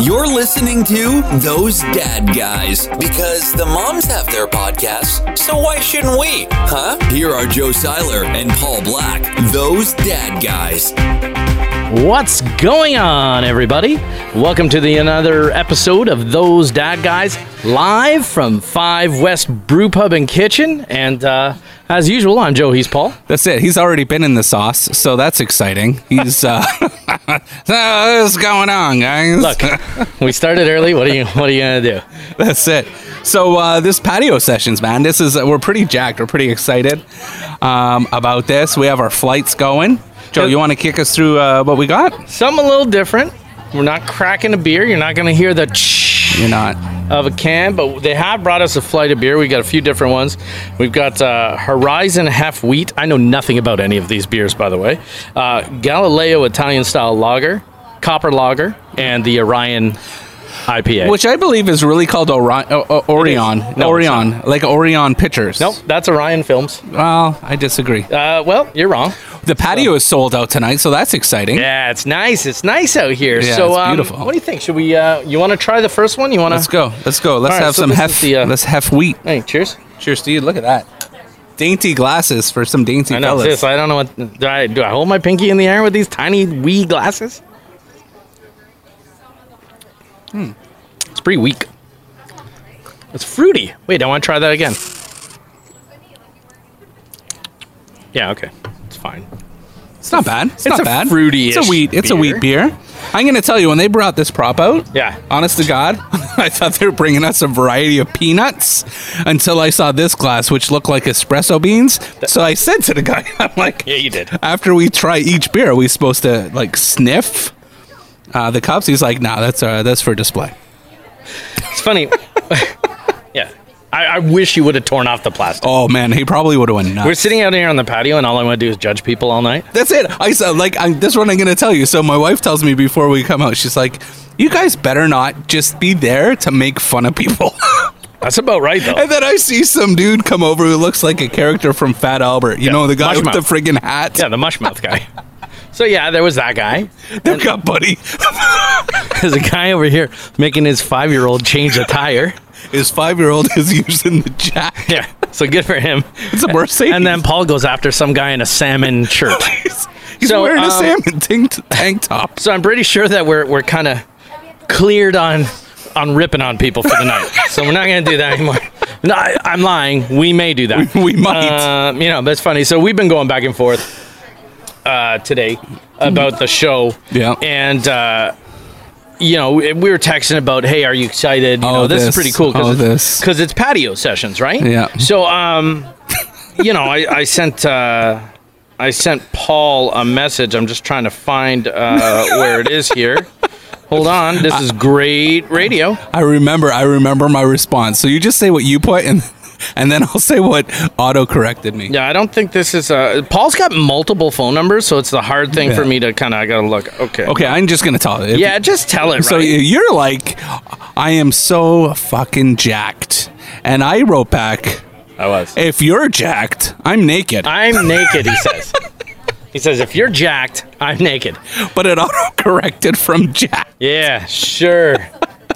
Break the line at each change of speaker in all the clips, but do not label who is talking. listening to Those Dad Guys because the moms have their podcasts, so why shouldn't we? Huh? Here are Joe Seiler and Paul Black, Those Dad Guys.
What's going on, everybody? Welcome to the another episode of Those Dad Guys, live from Five West Brew Pub and Kitchen. And uh, as usual, I'm Joe. He's Paul.
That's it. He's already been in the sauce, so that's exciting. He's uh, what's going on, guys?
Look, we started early. What are you? What are you gonna do?
that's it. So uh, this patio sessions, man. This is we're pretty jacked. We're pretty excited um, about this. We have our flights going. Joe, you want to kick us through uh, what we got?
Something a little different. We're not cracking a beer. You're not gonna hear the. Ch-
You're not.
of a can, but they have brought us a flight of beer. We got a few different ones. We've got uh, Horizon Half Wheat. I know nothing about any of these beers, by the way. Uh, Galileo Italian Style Lager, Copper Lager, and the Orion IPA.
Which I believe is really called Ori- o- o- Orion.
it's not.
Orion, like Orion Pictures.
nope, that's Orion Films.
Well, I disagree.
Uh, well, you're wrong.
The patio is sold out tonight, so that's exciting.
Yeah, it's nice. It's nice out here.
Yeah,
so
it's
um,
beautiful.
What do you think? Should we? Uh, you want to try the first one? You want to?
Let's go. Let's go. Let's
All right,
have
so
some
this
hef.
is the, uh,
let's hef wheat.
Hey, cheers.
Cheers, dude. Look at that. Dainty glasses for some dainty
I know
fellas.
sis, I don't know what do I do. I hold my pinky in the air with these tiny wee glasses. Hmm, it's pretty weak. It's fruity. Wait, I want to try that again. Yeah, okay, it's fine.
It's not bad. It's,
It's
not
a
bad.
fruity-ish
It's a wheat. It's a
beer.
wheat beer. I'm gonna tell you when they brought this prop out.
Yeah.
Honest to God, I thought they were bringing us a variety of peanuts until I saw this glass, which looked like espresso beans. so I said to the guy, "I'm like,
Yeah, you did.
after we try each beer, are we supposed to like sniff uh, the cups?" He's like, "Nah, that's uh, that's for display."
It's funny. yeah, I, I wish you would have torn off the plastic.
Oh man, he probably would have went nuts.
We're sitting out here on the patio, and all I want to do is judge people all night.
That's it. I said, like, I, this one I'm going to tell you. So my wife tells me before we come out, she's like, you guys better not just be there to make fun of people.
That's about right, though.
and then I see some dude come over who looks like a character from Fat Albert. You
Yeah,
know, the guy
mush
with the
mouth.
friggin' hat.
Yeah, the mushmouth guy. So yeah, there was that guy.
They've got Buddy.
There's a guy over here making his five year old change a tire.
His five-year-old is using the jack.
Yeah. So good for him.
It's a Mercedes.
And then Paul goes after some guy in a salmon shirt.
he's, he's
So,
wearing a
um,
salmon tank, tank top.
So I'm pretty sure that we're, we're kind of cleared on on ripping on people for the night. So we're not going to do that anymore. No, I, I'm lying. We may do that.
We might.
Um, you know, that's funny. So we've been going back and forth uh, today about the show.
Yeah.
And, uh, you know, we we were texting about, hey, are you excited? You
Oh,
know, this, is
this.
pretty cool
Oh,
because
this.
because it's patio sessions, right?
Yeah.
So, um, you know, I, I sent uh, I sent Paul a message. I'm just trying to find uh, where it is here. Hold on, this is great radio.
I remember. I remember my response. So you just say what you put, and and then I'll say what auto corrected me.
Yeah, I don't think this is. Uh, Paul's got multiple phone numbers, so it's the hard thing for
Yeah.
me to kind of. I gotta look. Okay.
Okay, I'm just gonna tell it. If-
Yeah, just tell it.
So
right?
you're like, I am so fucking jacked. And I wrote back,
I was.
if you're jacked, I'm naked.
I'm naked. He says. He says, if you're jacked, I'm naked.
but it auto corrected from Jack.
Yeah, sure.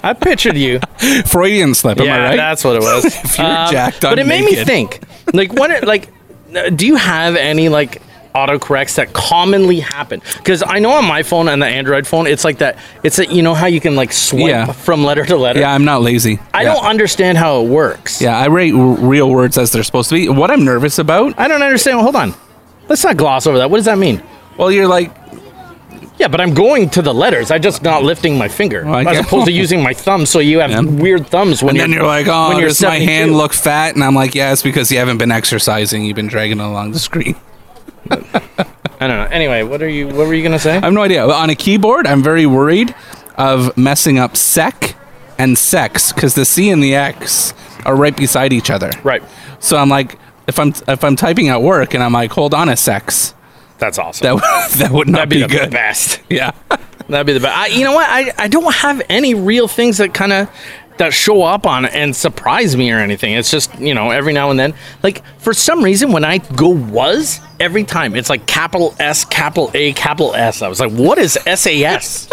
I pictured you.
Freudian slip,
yeah,
am I right?
that's what it was. Um,
If you're jacked,
but
I'm
it made me
naked.
think. Like, what? Are, like, uh, do you have any like autocorrects that commonly happen? Because I know on my phone and the Android phone, it's like that. It's that you know how you can like swipe
Yeah.
from letter to letter.
yeah, I'm not lazy.
I
Yeah.
don't understand how it works.
Yeah, I write r- real words as they're supposed to be. What I'm nervous about,
I don't understand. Hold on. Let's not gloss over that. What does that mean?
well, you're like,
Yeah, but I'm going to the letters. I'm just not lifting my finger
Well, I
as
guess-
opposed to using my thumb. So you have
Yeah.
weird thumbs when
and
you're,
then you're like, oh,
when you're
does my
72.
hand look fat? And I'm like, yeah, it's because you haven't been exercising. You've been dragging it along the screen.
I don't know. Anyway, what are you? What were you gonna say?
I have no idea. On a keyboard, I'm very worried of messing up sec and sex because the C and the X are right beside each other.
right.
So I'm like, if I'm if I'm typing at work and I'm like, hold on a sex,
That's awesome.
that would- that would
That'd
not
be, the
good.
best.
Yeah,
That'd be the best. I, you know what? I, I don't have any real things that kind of that show up on and surprise me or anything. It's just you know every now and then. Like for some reason when I go was every time it's like capital S, capital A, capital S. I was like, what is SAS?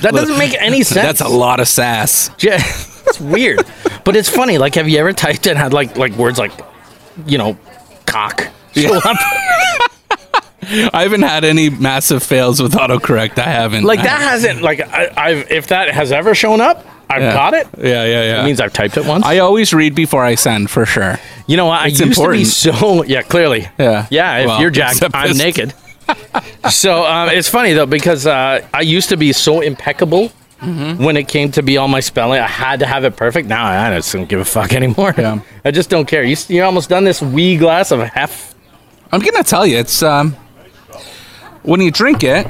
That doesn't make any sense.
That's a lot of sass.
Yeah, it's weird, but it's funny. Like, have you ever typed in had like like words like, you know, cock? Show up?
I haven't had any massive fails with autocorrect. I haven't.
Like that hasn't like I, I've if that has ever shown up, I've
Yeah.
got it.
Yeah, yeah, yeah.
It means I've typed it once.
I always read before I send for sure.
you know what? I
it's
used
important.
to be so yeah. Clearly,
Yeah.
yeah. If
Well,
you're jacked,
except
I'm
this-
naked. so um, it's funny though because uh, I used to be so impeccable.
Mm-hmm.
When it came to be all my spelling, I had to have it perfect. Now I I just don't give a fuck anymore.
Yeah.
I just don't care. You, you're almost done this wee glass of half
I'm gonna tell you, it's um, when you drink it,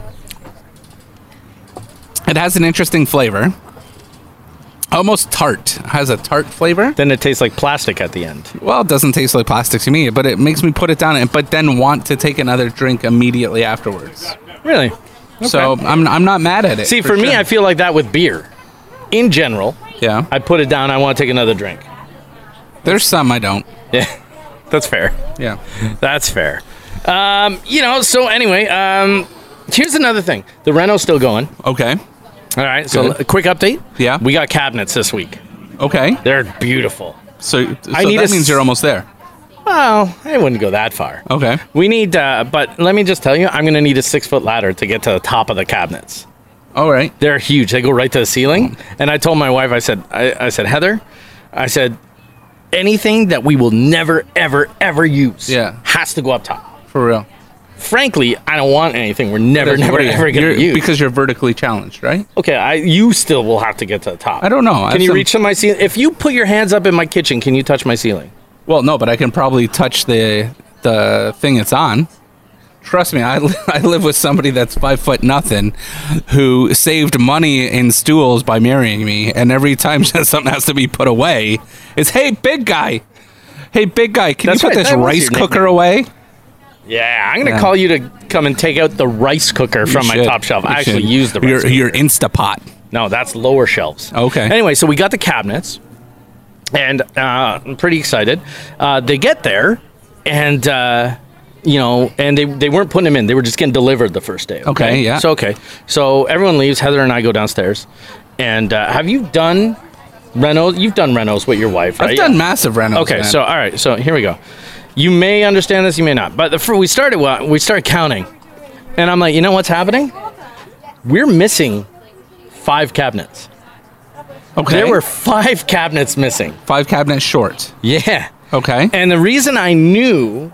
it has an interesting flavor. Almost tart. Has a tart flavor.
then it tastes like plastic at the end.
Well, it doesn't taste like plastic to me, but it makes me put it down and but then want to take another drink immediately afterwards.
Really?
So I'm I'm not mad at it.
See, for, me,
sure.
I feel like that with beer. In general,
yeah.
I put it down. I want to take another drink.
There's some I don't.
Yeah, that's fair.
Yeah.
That's fair. Um, you know. So anyway, um, here's another thing. The Renault's still going.
Okay.
All right. So
Good.
a quick update.
Yeah.
We got cabinets this week.
Okay.
They're beautiful.
So, so
I need a
that
s-
means you're almost there.
Well, I wouldn't go that far.
Okay.
We need, uh, but let me just tell you, I'm going to need a six foot ladder to get to the top of the cabinets.
All right.
They're huge. They go right to the
Mm.
ceiling. And I told my wife, I said, I, I said, Heather, I said, anything that we will never, ever, ever use
Yeah.
has to go up top.
For real.
Frankly, I don't want anything we're never, never,
What are you-
ever going
you're-
to use.
because you're vertically challenged, right?
okay, I, you still will have to get to the top.
I don't know.
Can
I have
you
some-
reach to my ceiling? If you put your hands up in my kitchen, can you touch my ceiling?
Well, no, but I can probably touch the the thing it's on. Trust me, I, li- I live with somebody that's five foot nothing, who saved money in stools by marrying me, and every time something has to be put away, it's hey big guy, hey big guy, can
That's
you put
right,
this
that was
rice
your
cooker
nickname.
away?
Yeah, I'm going to
Yeah.
call you to come and take out the rice cooker from
You
my
should.
top shelf.
You
I actually
should.
use the rice
your
cooker.
your Instapot.
No, that's lower shelves.
Okay.
Anyway, so we got the cabinets, and uh, I'm pretty excited. Uh, they get there, and uh, you know, and they they weren't putting them in; they were just getting delivered the first day. Okay.
Okay, yeah.
So okay, so everyone leaves. Heather and I go downstairs, and uh, have you done Renos? You've done Renos with your wife, right?
I've done massive rentals.
Okay,
man.
so all right, so here we go. You may understand this, you may not. But the, fir- we started wa- we started counting, and I'm like, you know what's happening? We're missing five cabinets.
okay,
There were five cabinets missing.
five cabinets short.
Yeah,
Okay,
and the reason I knew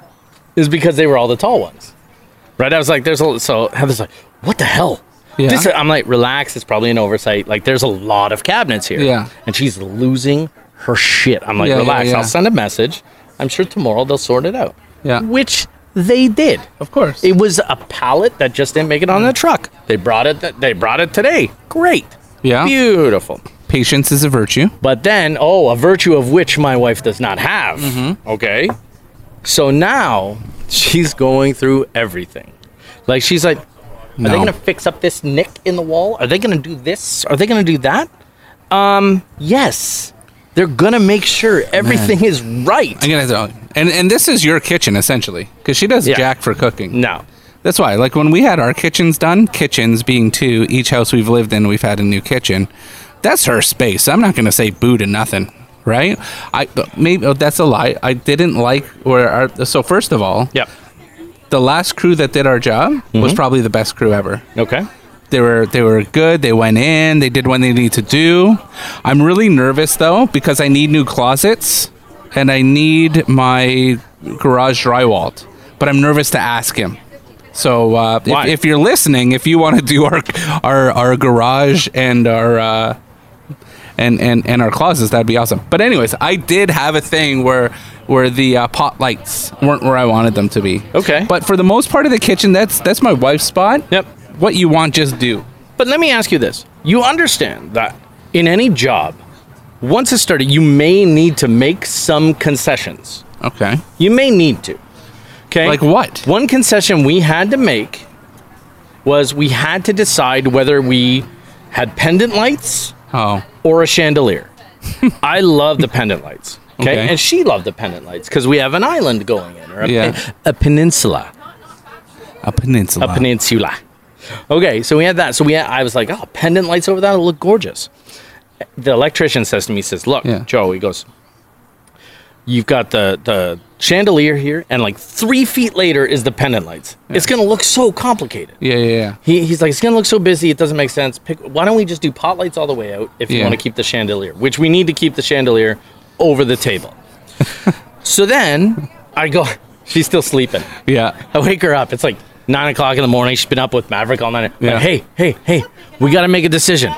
is because they were all the tall ones. Right? I was like, there's a so Heather's like, what the hell?
Yeah.
This, I'm like, relax. It's probably an oversight. Like, there's a lot of cabinets here.
Yeah.
And she's losing her shit. I'm like,
Yeah, yeah,
relax.
yeah.
I'll send a message. I'm sure tomorrow they'll sort it out.
Yeah.
Which they did.
of course.
It was a pallet that just didn't make it on the truck. They brought it. They brought it today. Great.
Yeah.
Beautiful.
Patience is a virtue.
But then, oh, a virtue of which my wife does not have. Mm-hmm. Okay. So now she's going through everything. Like she's like, are
No.
they going to fix up this nick in the wall? Are they going to do this? Are they going to do that? Um, yes. They're going to make sure everything is right.
I'm gonna have to, and and this is your kitchen essentially because she does
Yeah.
jack for cooking.
no.
That's why, like when we had our kitchens done, kitchens being two, each house we've lived in, we've had a new kitchen. That's her space. I'm not gonna say boo to nothing, right? I but maybe oh, that's a lie. I didn't like where our so first of all,
Yep.
the last crew that did our job
Mm-hmm.
was probably the best crew ever.
Okay.
They were they were good. They went in. They did what they need to do. I'm really nervous though because I need new closets and I need my garage drywalled. But I'm nervous to ask him. So uh,
Why?
if, if you're listening, if you want to do our our our garage and our uh, and and and our closets, that'd be awesome. But anyways, I did have a thing where where the uh, pot lights weren't where I wanted them to be.
Okay.
But for the most part of the kitchen, that's that's my wife's spot.
Yep.
What you want, just do.
But let me ask you this. You understand that in any job, once it's started, you may need to make some concessions.
Okay.
You may need to. Okay.
Like what?
One concession we had to make was we had to decide whether we had pendant lights
Oh,
or a chandelier. I love the pendant lights. Okay?
Okay.
And she loved the pendant lights because we have an island going in, or a, pe-
Yeah.
a peninsula.
a peninsula.
A peninsula. Okay, so we had that. So we had, I was like, oh, pendant lights over that will look gorgeous. The electrician says to me, he says, look,
Yeah.
Joe, he goes, you've got the the chandelier here, and like three feet later is the pendant lights. It's gonna look so complicated.
Yeah, yeah, yeah.
He, he's like, it's gonna look so busy. It doesn't make sense. Pick. Why don't we just do pot lights all the way out if you
Yeah.
want to keep the chandelier, which we need to keep the chandelier over the table. so then I go. She's still sleeping.
Yeah.
I wake her up. It's like nine o'clock in the morning. She's been up with Maverick all night. I'm like,
Yeah.
hey, hey, hey, we got to make a decision.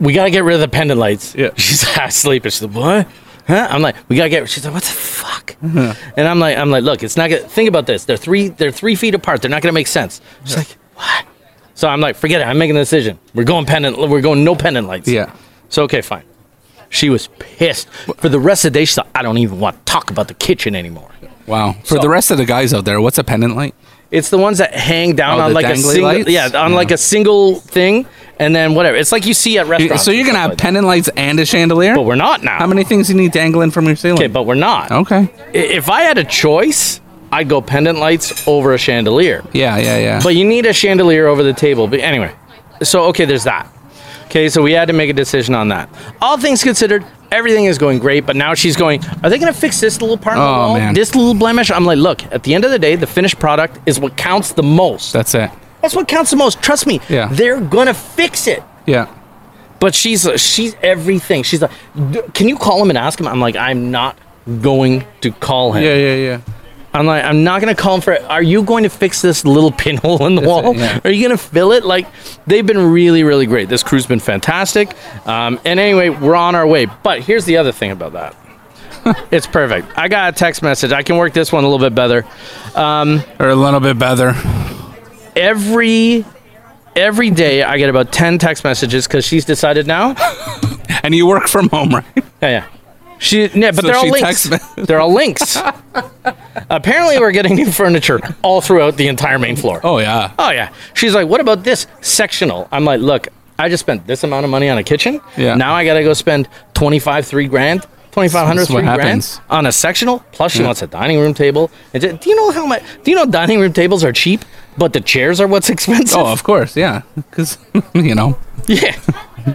We got to get rid of the pendant lights.
Yeah.
She's half asleep. And she's like, what? Huh? I'm like, we gotta get. She's like, what the fuck?
Mm-hmm.
And I'm like, I'm like, look, it's not gonna. Think about this. They're three. They're three feet apart. They're not gonna make sense. She's like, what? So I'm like, forget it. I'm making a decision. We're going pendant. We're going no pendant lights.
Yeah.
So okay, fine. She was pissed for the rest of the day. She's like, I don't even want to talk about the kitchen anymore.
Wow. For
So-
the rest of the guys out there, what's a pendant light?
It's the ones that hang down
Oh,
on
the
like a
dangly
single,
lights?
yeah, on like a single thing, and then whatever. It's like you see at
You-
restaurants.
So you're
and
gonna
stuff
have
like
pendant lights and a chandelier?
that. but we're not now.
How many things you need dangling from your ceiling?
Okay, but we're not.
okay.
I- If I had a choice, I'd go pendant lights over a chandelier.
Yeah, yeah, yeah.
But you need a chandelier over the table. But anyway, so okay, there's that. Okay, so we had to make a decision on that. All things considered, everything is going great. But now she's going. Are they going to fix this little part? of the
Oh,
wall?
man.
This little blemish. I'm like, look. At the end of the day, the finished product is what counts the most.
that's it.
That's what counts the most. Trust me.
Yeah.
They're gonna fix it.
Yeah.
But she's uh, she's everything. She's like, "D- can you call him and ask him? I'm like, I'm not going to call him.
Yeah, yeah, yeah.
I'm like, I'm not gonna call him for. Are you going to fix this little pinhole in the wall?
it, yeah.
Are you gonna fill it? Like, they've been really, really great. This crew's been fantastic. Um, and anyway, we're on our way. But here's the other thing about that. it's perfect. I got a text message. I can work this one a little bit better.
Or a little bit better.
Every every day, I get about ten text messages because she's decided now.
And you work from home, right?
Yeah, yeah. She, yeah, but
So
they're all
she
links.
texts me.
They're all links. Apparently, we're getting new furniture all throughout the entire main floor.
Oh yeah.
Oh, yeah. She's like, "What about this sectional?" I'm like, "Look, I just spent this amount of money on a kitchen.
Yeah.
Now I gotta go spend twenty five, three grand, twenty five hundred,
That's what
three grand
happens.
on a sectional. Plus, she wants a dining room table. And ju- do you know how much? Do you know dining room tables are cheap, but the chairs are what's expensive?
Oh, of course, yeah. Because you know.
yeah.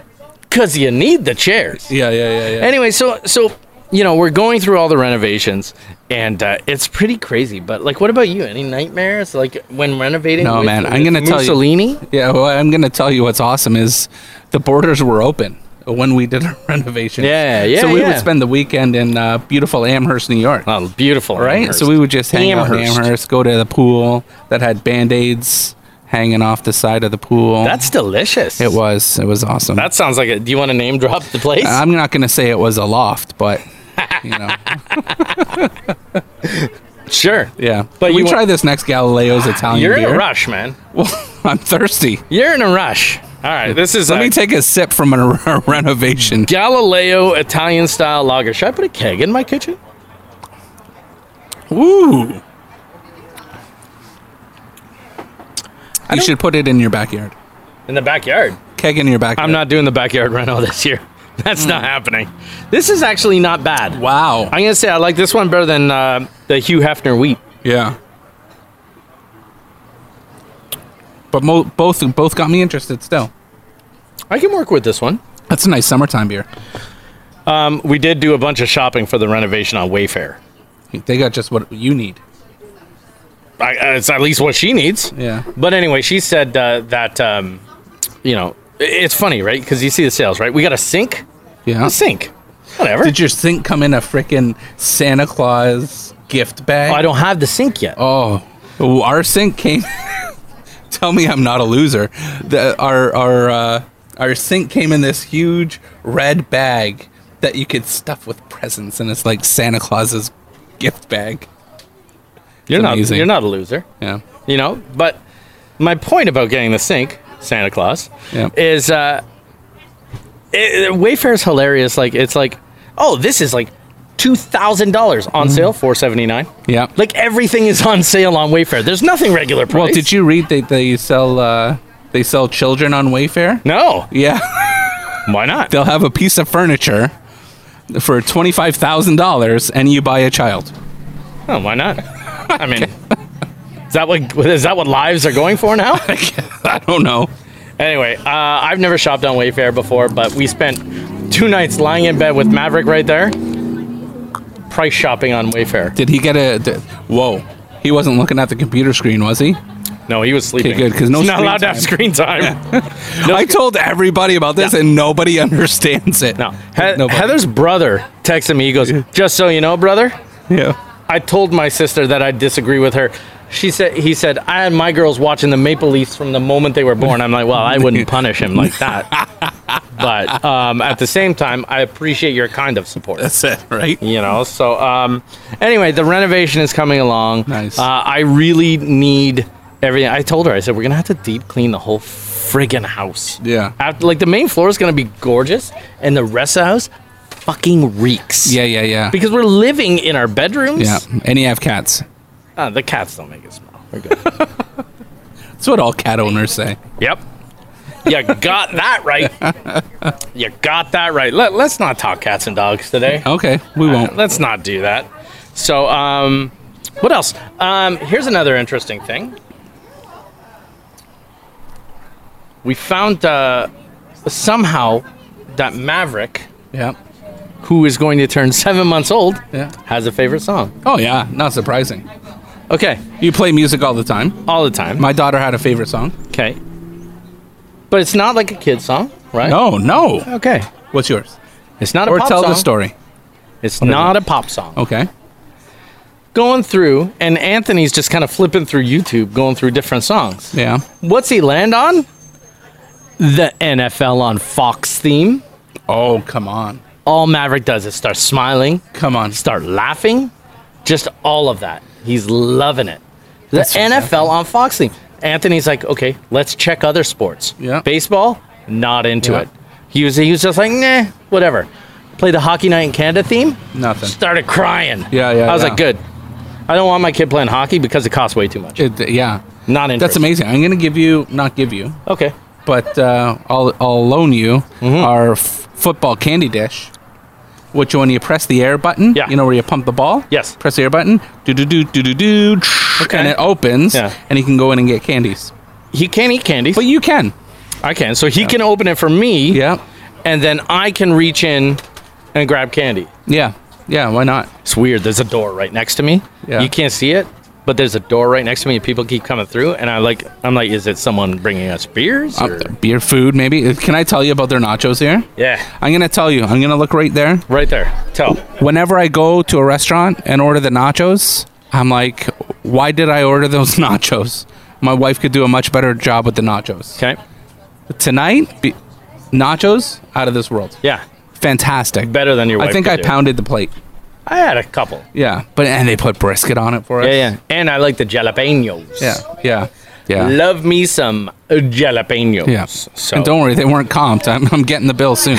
Because you need the chairs.
Yeah, yeah, yeah, yeah.
anyway so so you know we're going through all the renovations and uh, it's pretty crazy but like what about you any nightmares like when renovating
No,
with-
man, I'm
with
gonna tell you-
mussolini
yeah. Well, I'm gonna tell you what's awesome is the borders were open when we did our renovation.
Yeah, yeah,
So we
yeah.
would spend the weekend in uh, beautiful Amherst, New York.
oh beautiful
right?
Amherst.
So we would just hang out in
Amherst.
Amherst, go to the pool that had band aids hanging off the side of the pool.
that's delicious
it was it was awesome.
that sounds like a do you want to name drop the place
I'm not gonna say it was a loft, but you know,
sure
yeah.
But
we
you
try this next Galileo's Italian
you're in
beer.
a rush man
Well, I'm thirsty.
you're in a rush all right this is
Let
uh,
me take a sip from a re- renovation.
galileo italian style lager should i put a keg in my kitchen
Woo! You should put it in your backyard.
in the backyard
Keg in your backyard.
i'm not doing the backyard reno this year that's not happening this is actually not bad
Wow.
I'm gonna say I like this one better than uh, the Hugh Hefner wheat.
yeah. But mo- both both got me interested still.
I can work with this one.
That's a nice summertime beer.
Um, we did do a bunch of shopping for the renovation on Wayfair.
They got just what you need.
I, uh, it's at least what she needs.
Yeah.
But anyway, she said uh, that um, you know i- it's funny, right? Because you see the sales, right? We got a sink,
Yeah.
a sink, whatever.
Did your sink come in a freaking Santa Claus gift bag?
Oh, I don't have the sink yet.
Oh, Ooh, our sink came. Tell me I'm not a loser. The, our our uh, our sink came in this huge red bag that you could stuff with presents, and it's like Santa Claus's gift bag.
you're not.
amazing.
You're not a loser.
Yeah,
you know. But my point about getting the sink, Santa Claus,
Yeah.
is uh, it, Wayfair's hilarious. Like it's like, oh, this is like two thousand dollars on
Mm-hmm.
sale, four seventy nine.
yeah.
Like everything is on sale on Wayfair. There's nothing regular price.
well, did you read that they sell uh, they sell children on Wayfair?
No,
Yeah,
why not?
they'll have a piece of furniture for twenty five thousand dollars, and you buy a child.
Oh, why not? I mean, Is that what is that what lives are going for now?
I don't know.
Anyway, uh, I've never shopped on Wayfair before, but we spent two nights lying in bed with Maverick right there, price shopping on Wayfair.
Did he get a? Did, whoa, he wasn't looking at the computer screen, was he?
No, he was sleeping.
good, 'cause no
He's not
screen
allowed to have
time.
screen time. No
I
sc-
told everybody about this, and nobody understands it.
no.
There's
He-
nobody.
Heather's brother texted me. He goes, "Just so you know, brother,
Yeah.
I told my sister that I disagree with her." She said, "He said I had my girls watching the Maple Leafs from the moment they were born." I'm like, "Well, I wouldn't punish him like that." But um, at the same time, I appreciate your kind of support.
That's it, right?
you know so um anyway the renovation is coming along
Nice.
uh, i really need everything i told her i said we're gonna have to deep clean the whole friggin house
Yeah.
After, like the main floor is gonna be gorgeous and the rest of the house fucking reeks
Yeah, yeah, yeah.
because we're living in our bedrooms
yeah. And you have cats.
Uh, the cats don't make it smell we're good
That's what all cat owners say.
yep you got that right you got that right Let, let's not talk cats and dogs today
Okay, we won't.
Let's not do that. So, um, what else? Um, here's another interesting thing. We found uh, somehow that Maverick,
Yeah.
who is going to turn seven months old,
Yeah.
has a favorite song.
Oh yeah, not surprising.
Okay,
You play music all the time.
all the time.
My daughter had a favorite song.
Okay, but it's not like a kid song, right?
No, no.
Okay,
What's yours?
it's not a
Or
pop
tell
song.
the story.
It's not a pop song.
Okay.
Going through, and Anthony's just kind of flipping through YouTube, going through different songs.
Yeah.
What's he land on? The NFL on Fox theme.
Oh, come on.
All Maverick does is start smiling,
Come on.
start laughing, just all of that. He's loving it. The
That's
NFL
fantastic.
on Fox theme. Anthony's like, okay, let's check other sports.
Yeah.
Baseball, not into
Yeah.
it. He was, he was just like, nah, whatever. Played the Hockey Night in Canada theme,
Nothing.
started crying.
Yeah, yeah,
I was
yeah.
like, good. I don't want my kid playing hockey because it costs way too much.
It- yeah.
Not interested.
That's amazing. I'm gonna give you, not give you,
Okay.
but uh, I'll I'll loan you
Mm-hmm.
our f- football candy dish. Which when you press the air button,
Yeah.
you know where you pump the ball.
Yes.
Press the air button. Do do do do do do. Okay. And it opens.
Yeah.
And you can go in and get candies.
He can't eat candies.
But you can.
I can. So he can open it for me.
Yeah.
And then I can reach in and grab candy.
Yeah. Yeah. Why not?
It's weird. There's a door right next to me.
Yeah.
You can't see it, but there's a door right next to me and people keep coming through and I like I'm like is it someone bringing us beers
Uh,
or?
beer, food, maybe. Uh, Can I tell you about their nachos here?
Yeah.
I'm gonna tell you. I'm gonna look right there.
Right there. Tell.
Whenever I go to a restaurant and order the nachos, I'm like, why did I order those nachos? My wife could do a much better job with the nachos.
Okay.
Tonight, be- nachos out of this world.
Yeah.
Fantastic.
Better than your wife.
I think
could
I
do.
pounded the plate.
I had a couple.
Yeah, but and they put brisket on it for us.
Yeah, yeah. And I like the jalapenos.
yeah, yeah, yeah.
Love me some uh, jalapenos.
yeah.
So
And don't worry, they weren't comped. I'm, I'm getting the bill soon.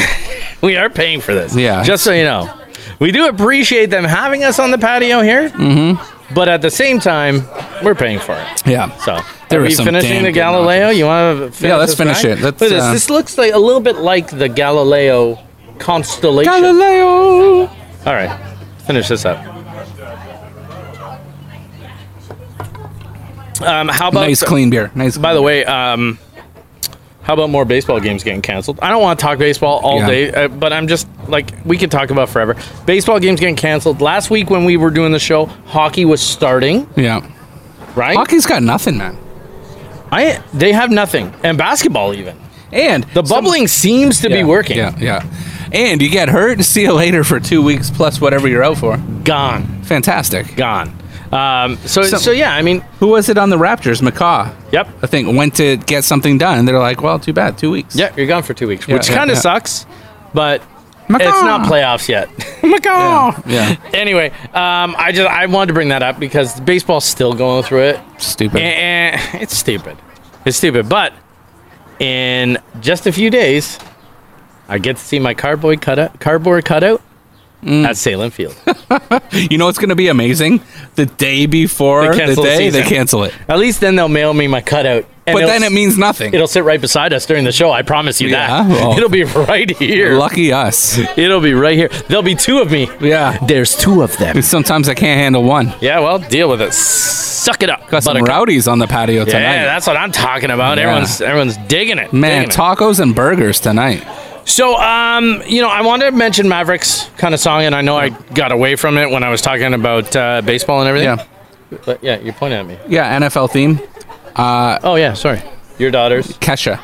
We are paying for this.
Yeah.
Just so you know. We do appreciate them having us on the patio here. Mm-hmm. But at the same time, we're paying for it.
yeah.
So
There
are
were
we
some
finishing
damn
the
good
Galileo? You want to finish
Yeah, let's
this
finish
guy?
it. Let's,
Look at this.
uh,
This looks like a little bit like the Galileo constellation.
Galileo.
All right. Finish this up. Um, how about
Nice clean beer. Nice.
by the way, um, how about more baseball games getting canceled? I don't want to talk baseball all
Yeah.
day, uh, but I'm just like we could talk about forever. Baseball games getting canceled. Last week when we were doing the show, hockey was starting,
Yeah.
right?
Hockey's got nothing, man.
I they have nothing, and basketball even.
And
The bubbling seems to be working.
Yeah, yeah. And you get hurt. See you later for two weeks plus whatever you're out for.
Gone,
Fantastic.
gone. Um, so
Some-
so yeah, I mean,
Who was it on the Raptors? McCaw.
yep,
I think went to get something done, and they're like, "Well, too bad, two weeks."
yeah, you're gone for two weeks,
Yeah,
which
yeah,
kind of
yeah.
sucks, but
McCaw.
it's not playoffs yet.
McCaw. Yeah.
anyway, um, I just I wanted to bring that up because baseball's still going through it.
Stupid.
Eh, eh, it's stupid. It's stupid. But in just a few days,
Mm.
I get to see my cardboard cutout, cardboard cutout at Salem Field.
You know what's going to be amazing? The day before
They
the
cancel the
day, they
season.
cancel it.
At least then they'll mail me my cutout. and
But
it'll-
then it means nothing.
it'll sit right beside us during the show. I promise you
Yeah,
that.
well-
it'll be right here.
Lucky us.
It'll be right here. There'll be two of me.
Yeah.
There's two of them.
Sometimes I can't handle one.
Yeah, well, deal with it. Suck it up.
Got some
buttercup.
rowdies on the patio
Yeah,
tonight.
that's what I'm talking about.
Yeah.
Everyone's everyone's digging it.
Man,
digging it.
tacos and burgers tonight.
So, um, you know, I wanted to mention Mavericks kind of song, and I know I got away from it when I was talking about uh, baseball and everything.
Yeah.
But yeah, you're pointing at me.
Yeah, NFL theme.
Oh yeah, sorry. Your daughters.
Kesha.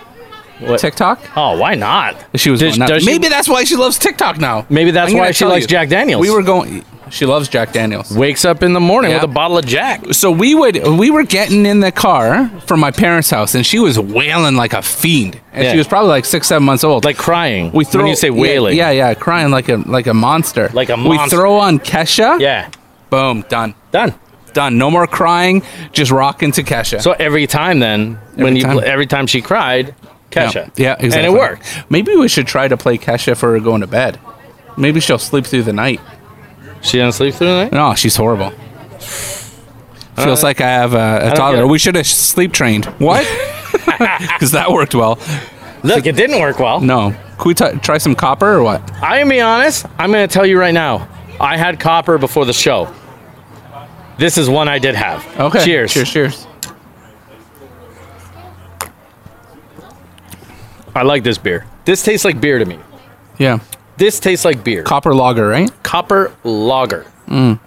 What?
TikTok?
Oh, why not?
She was
Does-
going nuts.
does she-
Maybe that's why she loves TikTok now.
Maybe that's
I'm gonna
why she
tell
likes Jack Daniels.
We were going She loves Jack Daniels.
wakes up in the morning
Yeah.
with a bottle of Jack.
So we would we were getting in the car from my parents' house and she was wailing like a fiend. And
Yeah.
she was probably like 6 7 months old.
Like crying.
we throw
when you say wailing.
Yeah, yeah, yeah, crying like a like a monster.
Like a
We
monster.
throw on Kesha.
Yeah.
Boom, done.
Done.
Done. No more crying, just rocking to Kesha.
So every time then, when
Every
you
time.
pl- every time she cried, Kesha.
Yeah, yeah,
And
exactly.
it worked.
Maybe we should try to play Kesha for her going to bed. Maybe she'll sleep through the night.
She didn't sleep through the night.
No, she's horrible. Feels like I have a, a
Uh, get
toddler.
it.
We should have sleep trained. What? Because that worked well.
Look, it didn't work well.
No. Can we t- try some copper or what?
I am be honest. I'm going to tell you right now. I had copper before the show. This is one I did have.
Okay.
Cheers.
Cheers. Cheers.
I like this beer. This tastes like beer to me.
Yeah.
This tastes like beer.
Copper lager, right?
Copper Lager.
Mm.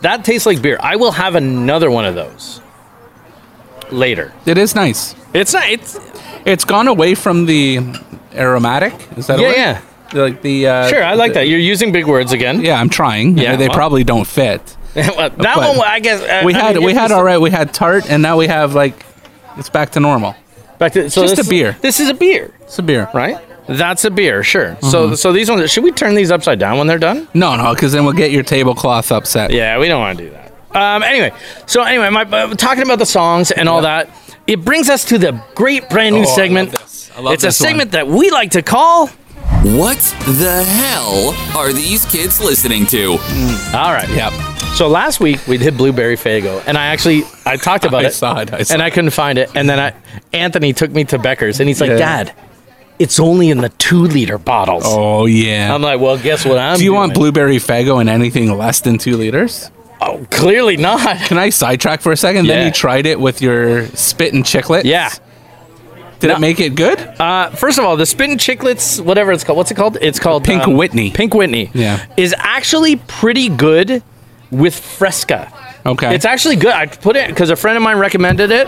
That tastes like beer. I will have another one of those later.
It is nice.
It's not. It's
It's gone away from the aromatic. Is that a
Yeah,
word?
yeah.
Like the uh,
sure. I like that. You're using big words again.
Yeah, I'm trying.
Yeah,
they
well.
probably don't fit.
Well, that
But
one, I guess. uh, I-
we
I
had
mean,
we
it's
had
just-
all right. We had tart, and now we have like it's back to normal.
back to- so
just
this-
a beer.
This is a beer,
It's a beer,
right? That's a beer. Sure.
Mm-hmm.
So, so these ones. Should we turn these upside down when they're done?
No, no, because then we'll get your tablecloth upset.
Yeah, we don't want to do that. Um, anyway, so anyway, my, uh, talking about the songs and all that, it brings us to the great brand new
Oh, I love
segment.
this. I love
it's
this
a
one.
segment that we like to call.
What the hell are these kids listening to?
All right.
Yep.
So last week we did blueberry fago, and I actually I talked about
I
it,
saw it, I saw
and I couldn't find it. And then I, Anthony took me to Becker's, and he's like,
Yeah.
"Dad, it's only in the two liter bottles."
Oh yeah.
I'm like, "Well, guess what I'm."
Do you want
doing."
blueberry fago in anything less than two liters?
Oh, clearly not.
Can I sidetrack for a second? Then
Yeah.
you tried it with your spit and chiclet.
Yeah.
Did
No.
it make it good?
Uh, first of all, the spin chiclets, whatever it's called, what's it called? It's called um,
Pink Whitney.
Pink Whitney.
Yeah.
is actually pretty good with Fresca.
okay.
It's actually good. I put it because a friend of mine recommended it.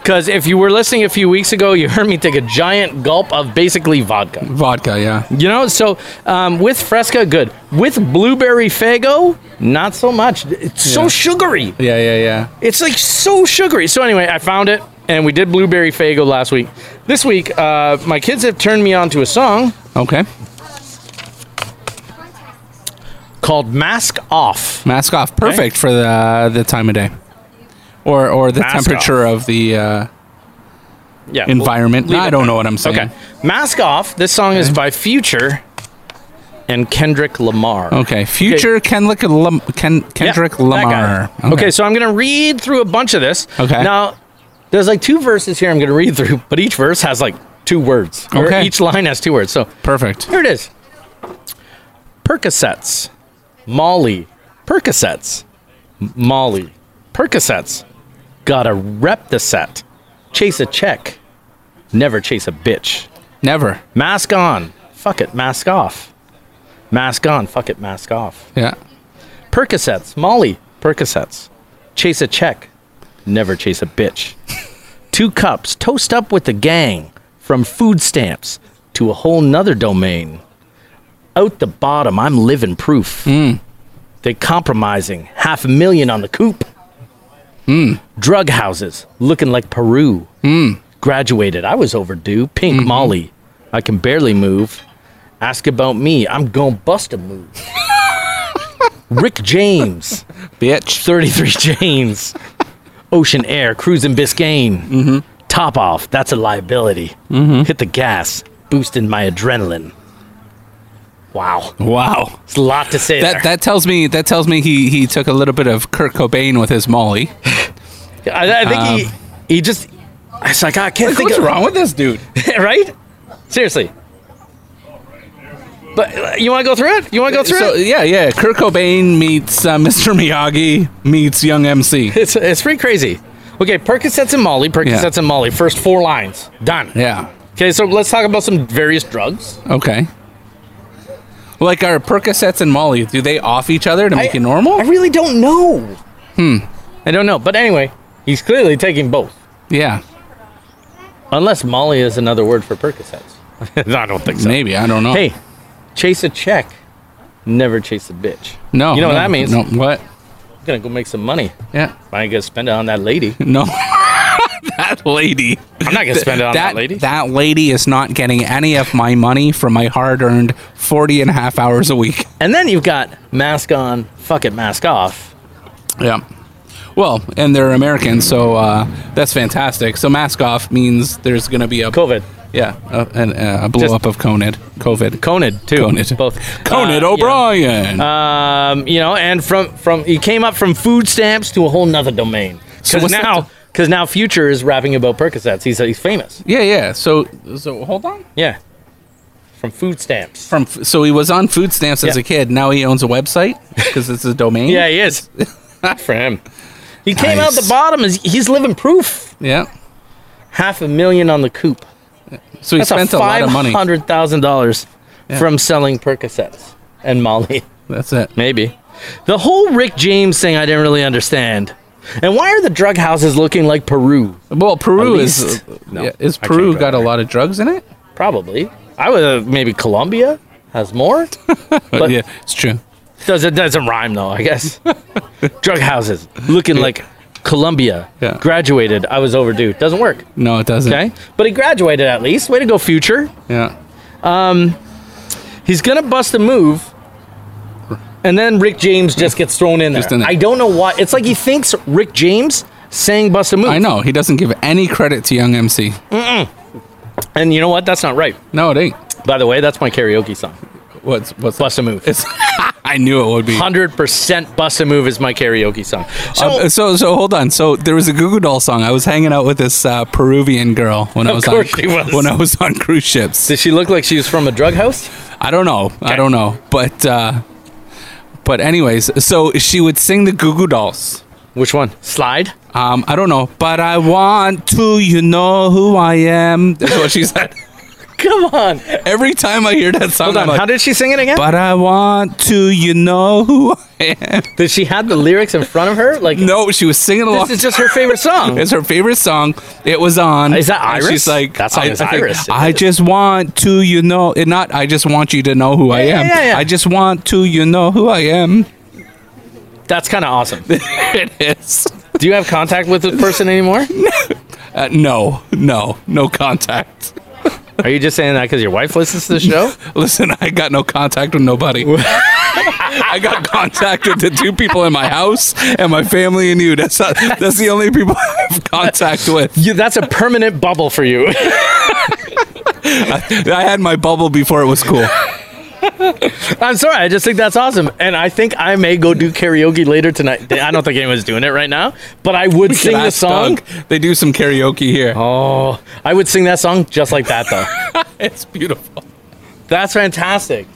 Because if you were listening a few weeks ago, you heard me take a giant gulp of basically vodka.
vodka. Yeah.
You know, so um, with Fresca, good. With blueberry Fago, not so much. It's
Yeah.
so sugary.
Yeah. Yeah. Yeah.
It's like so sugary. So anyway, I found it, and we did blueberry Fago last week. This week, uh, my kids have turned me on to a song
Okay.
called "Mask Off."
Mask off. Perfect for the the time of day, or or the
Mask
temperature of the uh,
Yeah.
environment.
leave
I
it
don't know what I'm saying.
Okay. Mask Off. This song is by Future and Kendrick Lamar.
Okay. Future Kendrick Lam- Ken-
Yeah,
Oh, Kendrick
that
Lamar.
guy. Okay. so I'm going to read through a bunch of this.
Okay.
Now, there's like two verses here I'm going to read through, but each verse has like two words. Or
Okay.
each line has two words. So
Perfect.
here it is Percocets, Molly, Percocets, M- Molly, Percocets. Gotta rep the set. Chase a check. Never chase a bitch.
Never.
Mask on. Fuck it. Mask off. Mask on. Fuck it. Mask off.
Yeah.
Percocets. Molly. Percocets. Chase a check. Never chase a bitch. Two cups. Toast up with the gang. From food stamps to a whole nother domain. Out the bottom. I'm living proof. They compromising. Half a million on the coop. Drug houses. Looking like Peru. Graduated. I was overdue. Pink Molly. I can barely move. Ask about me. I'm going to bust a move. Rick James,
Bitch.
33 James, Ocean Air, cruising Biscayne. Mm-hmm. Top off,
Mm-hmm.
that's a liability. Hit the gas, boosting my adrenaline. Wow,
Wow.
it's a lot to say
That
there.
that tells me that tells me he he took a little bit of Kurt Cobain with his Molly.
I, I think he he just. It's like I can't think
Um, What's
of
wrong with this dude?
right. Seriously. But uh, you want to go through it? You want to go through
So
it?
yeah, yeah. Kurt Cobain meets uh, Mr. Miyagi meets Young MC.
It's it's pretty crazy. Okay, Percocets and Molly. Percocets and Molly. First four lines done.
Yeah.
Okay, so let's talk about some various drugs.
Okay. Like our Percocets and Molly, do they off each other to make it normal?
I really don't know. Hmm. I don't know. But anyway, he's clearly taking both.
yeah.
Unless Molly is another word for Percocets. I don't think so.
Maybe I don't know.
Hey, chase a check. Never chase a bitch.
no,
You know what
no,
that means?
No, what?
I'm gonna go make some money.
Yeah,
I ain't gonna spend it on that lady.
no. that lady.
I'm not gonna spend it on that, lady.
that lady is not getting any of my money from my hard-earned 40 and a half hours a week.
and then you've got mask on, fuck it, mask off.
Yeah. Well, and they're American, so uh, that's fantastic. So mask off means there's going to be a
COVID.
yeah, uh, an, uh, a blow
Just-
up of Conid, COVID,
Conid too.
Conid.
Both.
Conid
Uh,
O'Brien.
Yeah. Um, you know, and from from he came up from food stamps to a whole nother domain.
So
Because
what's that
now,
to-
because now, Future is rapping about Percocets. He's he's famous.
yeah, yeah. So so hold on.
Yeah. From food stamps.
From f- so he was on food stamps as
Yeah.
a kid. Now he owns a website because it's a domain.
Yeah, he is. For him. He came out the
Nice.
bottom. Is He's living proof.
Yeah.
Half a million on the coop.
So he
That's
spent
a
a, lot of money.
$500,000 from selling Percocets and Molly.
That's it.
Maybe. The whole Rick James thing I didn't really understand. And why are the drug houses looking like Peru?
Well, Peru
At
is
least-
uh,
No,
yeah, is
I can't
Peru
go
got a
there.
lot of drugs in it?
Probably. I would uh, maybe Colombia has more. But-
yeah, it's true.
Does it doesn't rhyme though? I guess. Drug houses looking like Columbia.
Yeah.
Graduated. I was overdue. Doesn't work.
No, it doesn't.
Okay, but he graduated at least. Way to go, future.
Yeah.
He's gonna bust a move, and then Rick James just gets thrown in there.
Just in there.
I don't know why. It's like he thinks Rick James sang bust a move.
I know he doesn't give any credit to Young MC.
And you know what? That's not right.
No, it ain't.
By the way, that's my karaoke song.
What's what's
Bust a move.
It's, I knew it would be.
Hundred percent bust a move is my karaoke song. So
Um, so so hold on. So there was a Goo Goo Doll song. I was hanging out with this uh, Peruvian girl when I
Of
was
course
on
she was.
when I was on cruise ships.
does she look like she was from a drug house?
I don't know. I don't know. But uh, but anyways, so she would sing the Goo Goo Dolls.
Which one? Slide.
Um, I don't know, but I want to, you know who I am. That's what she said.
Come on.
Every time I hear that song,
Hold on.
I'm like,
How did she sing it again?
but I want to, you know who I am.
Did she have the lyrics in front of her? Like
No, she was singing along.
this is just her favorite song.
It's her favorite song. It was on.
Is that
and
Iris?
She's like,
That song
I,
is
I think,
Iris. It
I
is.
just want to, you know, it not. I just want you to know who I
Yeah,
am.
yeah, yeah, yeah.
I just want to, you know, who I am.
That's kind of awesome.
it is.
Do you have contact with this person anymore?
Uh, no, no, no contact.
Are you just saying that because your wife listens to the show?
Listen, I got no contact with nobody. I got contact with the two people in my house and my family and you. That's not, that's the only people I have contact with.
You, that's a permanent bubble for you.
I had my bubble before it was cool.
I'm sorry. I just think that's awesome, and I think I may go do karaoke later tonight. I don't think anyone's doing it right now, but I would sing the
Ask
song.
Doug. They do some karaoke here.
Oh, I would sing that song just like that though.
It's beautiful.
that's fantastic.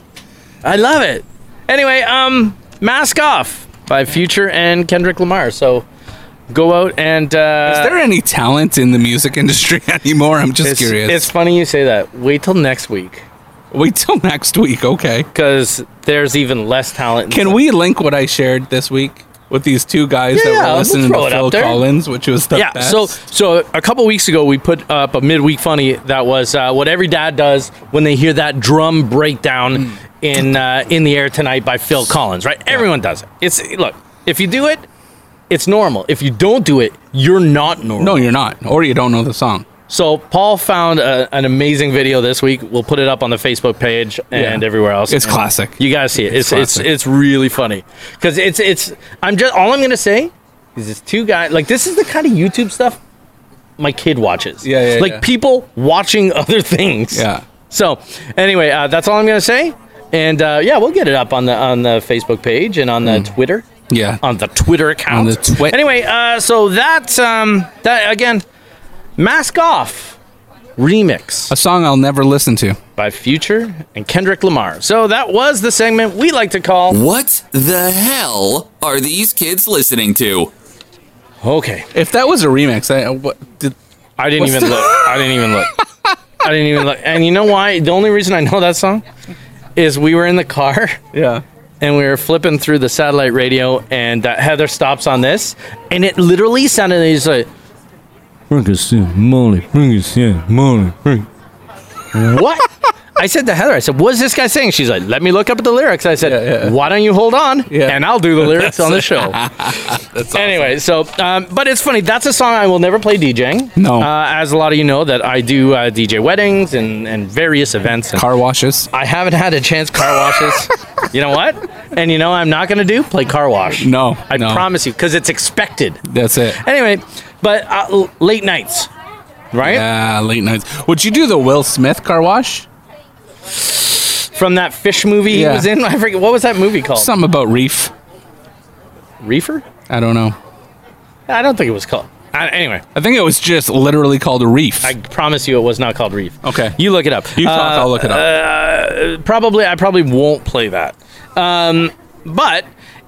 I love it. Anyway, um, Mask Off by Future and Kendrick Lamar. So go out and uh,
Is there any talent in the music industry anymore? I'm just
it's,
curious.
it's funny you say that. Wait till next week
Wait till next week, okay?
because there's even less talent. in
Can we link what I shared this week with these two guys
Yeah,
that
yeah,
were
let's
listening
throw
to
it up
Phil
there.
Collins, which was the
yeah,
best?
so so a couple weeks ago we put up a midweek funny that was uh, what every dad does when they hear that drum breakdown
Hmm.
in uh, in the air tonight by Phil Collins, right? Everyone does it. It's look if you do it, it's normal. If you don't do it, you're not normal.
no, you're not, or you don't know the song.
So Paul found a, an amazing video this week. We'll put it up on the Facebook page and
Yeah.
everywhere else.
It's
And
classic.
You gotta see it. It's it's it's,
classic.
really funny because it's it's. I'm just all I'm gonna say is it's two guys like this is the kind of YouTube stuff my kid watches.
Yeah, yeah,
Like
yeah.
people watching other things.
Yeah.
So anyway, uh, that's all I'm gonna say. And uh, yeah, we'll get it up on the on the Facebook page and on the
Hmm.
Twitter.
Yeah.
on the Twitter account.
On the twi-
Anyway, uh, so that um, that again, mask off remix
a song I'll never listen to.
by Future and Kendrick Lamar. So that was the segment we like to call.
What the hell are these kids listening to?
Okay,
If that was a remix, I what did
I didn't
What's
even
the-
look. I didn't even look. I didn't even look. And you know why? The only reason I know that song is we were in the car
yeah.
and we were flipping through the satellite radio, and uh, Heather stops on this, and it literally sounded he's like.
Frankenstein, Molly, Frankenstein, Molly, Frank.
what? I said to Heather, I said, what is this guy saying? She's like, let me look up the lyrics. I said,
Yeah, yeah.
why don't you hold on
Yeah.
and I'll do the lyrics on the show. Anyway, so, um, but it's funny. That's a song I will never play DJing.
No.
Uh, as a lot of you know, that I do uh, DJ weddings and, and various events. And
Car washes.
I haven't had a chance car washes. you know what? And you know what I'm not going to do? Play car wash.
No,
I
no.
promise you, because it's expected.
That's it.
Anyway, but uh, l- late nights, right?
Yeah, Ah, late nights. Would you do the Will Smith car wash?
From that fish movie
Yeah.
he was in. I forget. What was that movie called?
Something about reef.
Reefer?
I don't know.
I don't think it was called. I, anyway,
I think it was just literally called a reef.
I promise you, it was not called Reef.
Okay.
you look it up.
you
Uh,
talk, I'll look it up.
probably, I probably won't play that. Um, but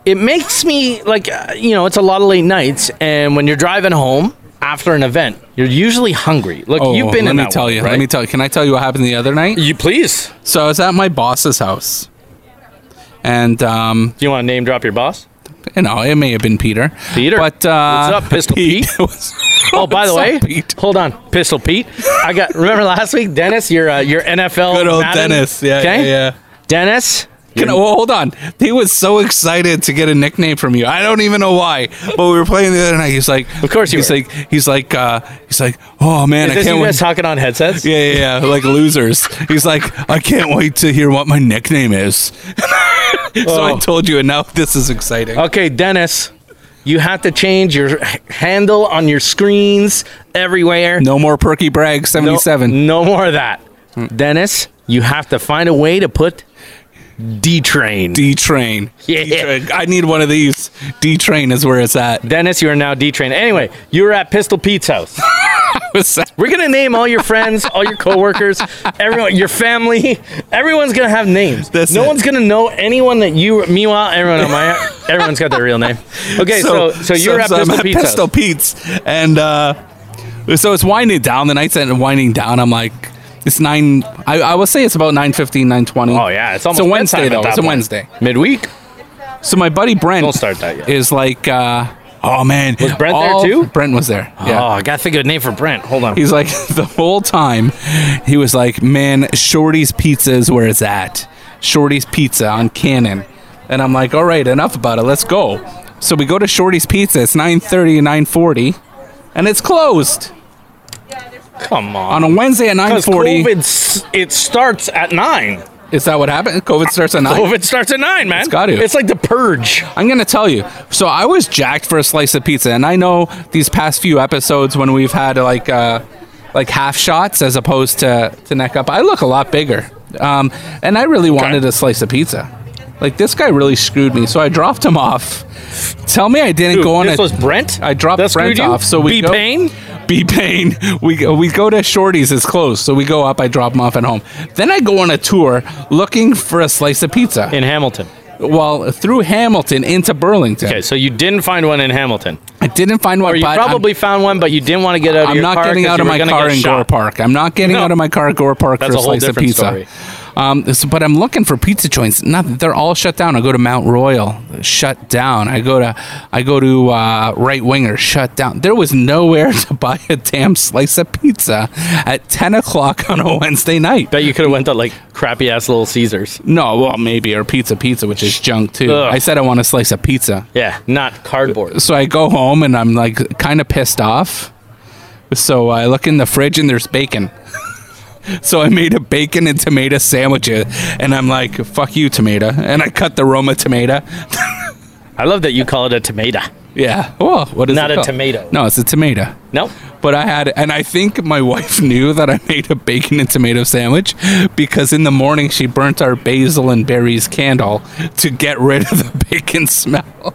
it makes me like, uh, you know, it's a lot of late nights, and when you're driving home after an event, you're usually hungry. Look,
oh,
you've been
let
in
me
that
tell
one,
you.
right?
Let me tell you. Can I tell you what happened the other night?
you please.
So I was at my boss's house, and um,
Do you want to name drop your boss?
you know it may have been Peter.
Peter?
but uh,
What's up, Pistol Pete?
was-
Oh, by the
What's
way,
up, Pete?
hold on, Pistol Pete. I got remember last week, Dennis, your uh, your NFL.
good old
Madden?
Dennis. Yeah,
Okay.
yeah, yeah.
Dennis.
Can, well, hold on. He was so excited to get a nickname from you. I don't even know why. But we were playing the other night. He's like,
Of course you
he's
were.
like, he's like, uh, he's like, oh man,
Is this
I can't
you guys
wait.
talking on headsets?
Yeah, yeah, yeah, like losers. He's like, I can't wait to hear what my nickname is. so I
Oh.
told you enough. This is exciting.
Okay, Dennis, you have to change your h- handle on your screens everywhere.
No more perky brag. Seventy-seven.
No, more of that. Dennis, you have to find a way to put D train.
D train.
Yeah.
I need one of these. D train is where it's at.
Dennis, you are now D train. Anyway, you were at Pistol Pete's house. We're gonna name all your friends, all your coworkers, everyone, your family. Everyone's gonna have names.
That's
no
it.
one's gonna know anyone that you. Meanwhile, everyone on my, everyone's got their real name. Okay, so so, you're at
so I'm
Pistol Pete's house.
Pistol Pete's, and uh, so it's winding down. The night's end winding down. I'm like, it's nine. I, I will say it's about 9.15, 9.20.
Oh yeah, it's almost
a Wednesday,
bedtime at
though.
that
It's a
point.
Wednesday.
midweek.
So my buddy Brent
Don't start that yet.
is like, uh, oh man, was
Brent there too?
Brent was there.
Oh, I gotta think of a name for Brent. Hold on.
He's like the whole time he was like, Man, Shorty's pizza is where it's at. Shorty's pizza on Cannon. And I'm like, all right, enough about it, let's go. So we go to Shorty's Pizza, it's 9.30 9.40, and it's closed
Come
on
on.
a Wednesday at
Because
9.40.
COVID, s- it starts at nine.
Is that what happened? COVID starts at 9?
COVID starts at nine, man. It's
got to.
It's like the purge.
I'm gonna tell you. So I was jacked for a slice of pizza, and I know these past few episodes when we've had like uh, like half shots as opposed to to neck up, I look a lot bigger. Um, and I really wanted a slice of pizza. Like this guy really screwed me, so I dropped him off. Tell me I didn't
Dude,
go on
this
a.
was Brent.
I dropped
that screwed
Brent
you?
off, so
B
we go-
pain.
B Pain. We go, we go to Shorty's. It's closed, so we go up. I drop him off at home. Then I go on a tour looking for a slice of pizza.
in Hamilton.
well, through Hamilton into Burlington.
Okay, so you didn't find one in Hamilton,
I didn't find one.
or you
but I'm-
probably found one, but you didn't want to get out of
I'm
your
not
car
getting
'cause
out
you
of
were
my
gonna
car
get
in Gore
shot.
Park. I'm not getting
No.
out of my car at Gore Park
That's
for
a
a
whole
slice of
different
pizza.
story.
Um, so- but I'm looking for pizza joints. Not, they're all shut down. I go to Mount Royal, shut down. I go to I go to uh, Right Winger, shut down. There was nowhere to buy a damn slice of pizza at 10 o'clock on a Wednesday night.
Bet you could have went to like crappy ass Little Caesars.
No, well maybe or Pizza Pizza, which is junk too.
Ugh.
I said I want a slice of pizza.
Yeah, not cardboard.
so I go home and I'm like kind of pissed off. So I look in the fridge and there's bacon. so I made a bacon and tomato sandwich and I'm like, fuck you, tomato. And I cut the Roma tomato.
I love that you call it a tomato.
Yeah. Well, what is
Not
it
a
called?
tomato.
No, it's a tomato.
Nope.
But I had, and I think my wife knew that I made a bacon and tomato sandwich because in the morning she burnt our basil and berries candle to get rid of the bacon smell.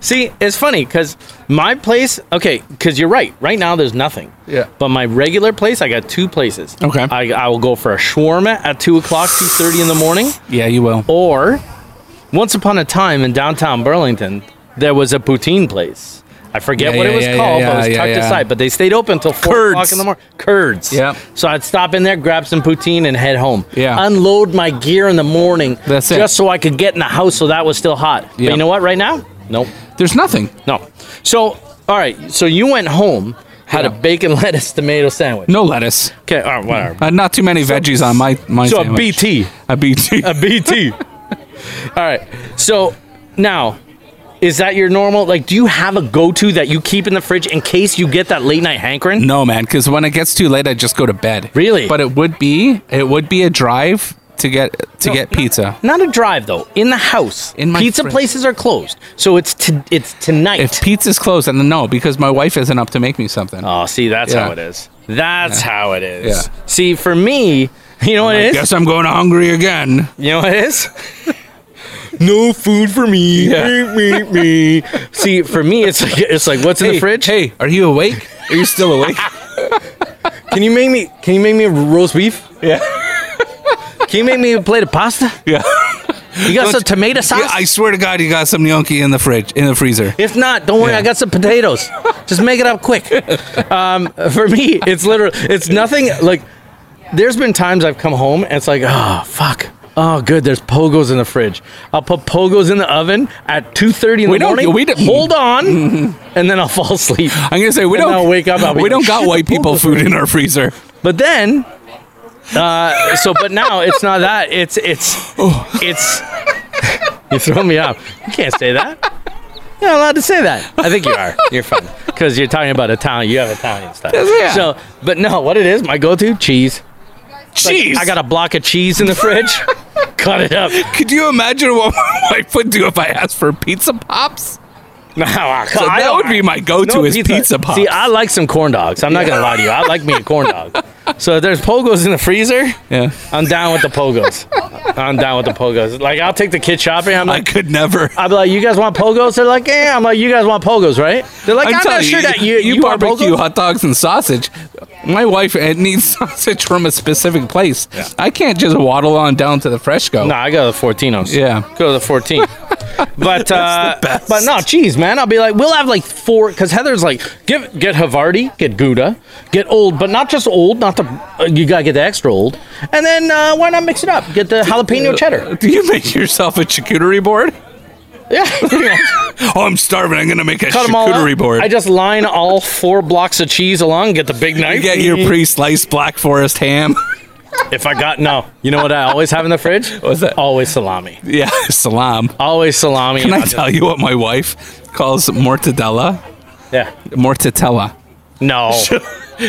See, it's funny because my place, okay, because you're right. Right now, there's nothing.
Yeah.
But my regular place, I got two places.
Okay.
I, I will go for a shawarma at two o'clock, two thirty in the morning,
Yeah, you will.
or once upon a time in downtown Burlington, there was a poutine place. I forget
Yeah,
what it
yeah,
was
yeah,
called,
yeah,
but it was
yeah,
tucked
yeah.
aside. But they stayed open till four o'clock
Curds.
in the morning. Curds.
Yep.
So I'd stop in there, grab some poutine, and head home.
Yeah.
Unload my gear in the morning.
That's it.
Just so I could get in the house, so that was still hot. But
Yep.
you know what? Right now, nope.
There's nothing.
No. So, all right. So you went home, had a
Yeah.
bacon, lettuce, tomato sandwich.
No lettuce.
Okay. All right. Whatever.
Uh, not too many veggies on my my.
So a
sandwich.
BT.
A BT.
A BT. all right. So now, is that your normal? Like, do you have a go-to that you keep in the fridge in case you get that late night hankering?
No, man, because when it gets too late, I just go to bed.
Really?
But it would be it would be a drive to get to get pizza.
Not a drive though. In the house.
In my
pizza
fridge.
places are closed. So it's to, it's tonight.
If pizza's closed, then no, because my wife isn't up to make me something.
oh, see, that's
Yeah.
how it is. That's how it is.
Yeah.
See, for me, you know what it
I
is?
guess I'm going hungry again.
You know what it is? no food for me. Me, me, me. See, for me, it's like, it's like what's in the fridge?
Hey, are you awake? Are you still awake?
Can you make me? Can you make me a roast beef? Yeah. can you make me a plate of pasta?
yeah.
You got some tomato sauce?
Yeah, I swear to God, you got some gnocchi in the fridge, in the freezer.
If not, don't worry.
Yeah.
I got some potatoes. Just make it up quick. Um, for me, it's literally it's nothing. Like there's been times I've come home and it's like, oh fuck. Oh, good. There's pogos in the fridge. I'll put pogos in the oven at 2:30 in
We
the
don't-
morning.
we don't-
hold on, and then I'll fall asleep.
I'm gonna say we
And
don't
I'll wake up, I'll be
we
like,
don't
"Shit,
got
the
white people
pool's
food in our freezer.
But then, uh, so but now it's not that. It's it's it's. You throw me off. You can't say that. You're not allowed to say that. I think you are. You're fine because you're talking about Italian. You have Italian stuff.
Yeah.
So, but no, what it is? My go-to cheese. Like,
Jeez,
I got a block of cheese in the fridge. Cut it up.
Could you imagine what my wife would do if I asked for pizza pops?
No, I-
So
I
that
don't-
would be my go-to
No
is pizza, pops.
See, I like some corn dogs. I'm not gonna lie to you. I like me a corn dog. So if there's pogos in the freezer.
yeah.
I'm down with the pogos. I'm down with the pogos. Like I'll take the kid shopping. I'm
I
like,
could never.
I'll be like, you guys want pogos? They're like, yeah. I'm like, you guys want pogos, right? They're like, I'm, not
telling
sure that you you, want
barbecue
pogos.
hot dogs and sausage. My wife eh, needs sausage from a specific place. I can't just waddle on down to the Fresco.
Nah, I go to the 14os.
Yeah.
go to the 14. But uh,
best.
but no, geez, man, I'll be like, we'll have like four because Heather's like, give get Havarti, get Gouda, get old, but not just old, not the uh, you gotta get the extra old, and then uh, why not mix it up? Get the
uh,
jalapeno cheddar.
Do you make yourself a charcuterie board?
Yeah.
Oh, I'm starving. I'm gonna make a
cut them all
charcuterie
out.
board.
I just line all four blocks of cheese along, get the big
you
knife.
get your pre-sliced Black Forest ham.
if I got no, you know what I always have in the fridge?
What's that?
Always salami.
yeah, salam.
Always salami.
Can I
I'll just-
tell you what my wife calls mortadella?
Yeah.
Mortadella.
No.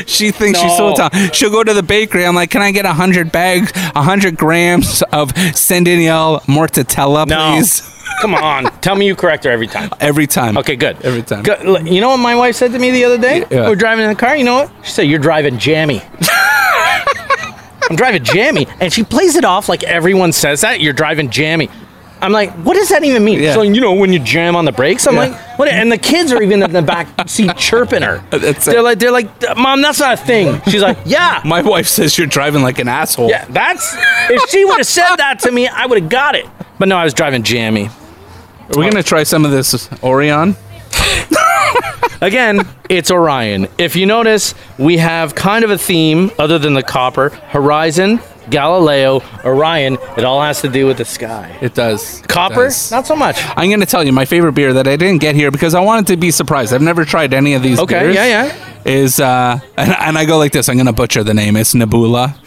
She thinks she's so
No.
talented. She'll go to the bakery. I'm like, can I get a hundred bags, a hundred grams of Sandiniel mortadella,
No.
please?
Come on. Tell me you correct her every time.
Every time.
Okay, good.
Every time.
Go- l- You know what my wife said to me the other day?
Yeah.
We're driving in the car. You know what? She said, You're driving jammy. I'm driving jammy. And she plays it off like everyone says that. You're driving jammy. I'm like, What does that even mean?
Yeah.
So, you know, when you jam on the brakes, I'm
Yeah.
like, What? And the kids are even in the back seat chirping her.
That's
they're
it.
like, They're like, Mom, that's not a thing. She's like, Yeah.
My wife says you're driving like an asshole.
yeah, that's. If she would have said that to me, I would have got it. But no, I was driving jammy.
Are we gonna try some of this Orion?
Again, it's Orion. If you notice, we have kind of a theme other than the copper Horizon, Galileo, Orion. It all has to do with the sky.
It does. It
Copper,
does.
not so much.
I'm gonna tell you my favorite beer that I didn't get here because I wanted to be surprised. I've never tried any of these.
Okay,
beers,
yeah, yeah.
Is uh, and, and I go like this. I'm gonna butcher the name. It's Nebula.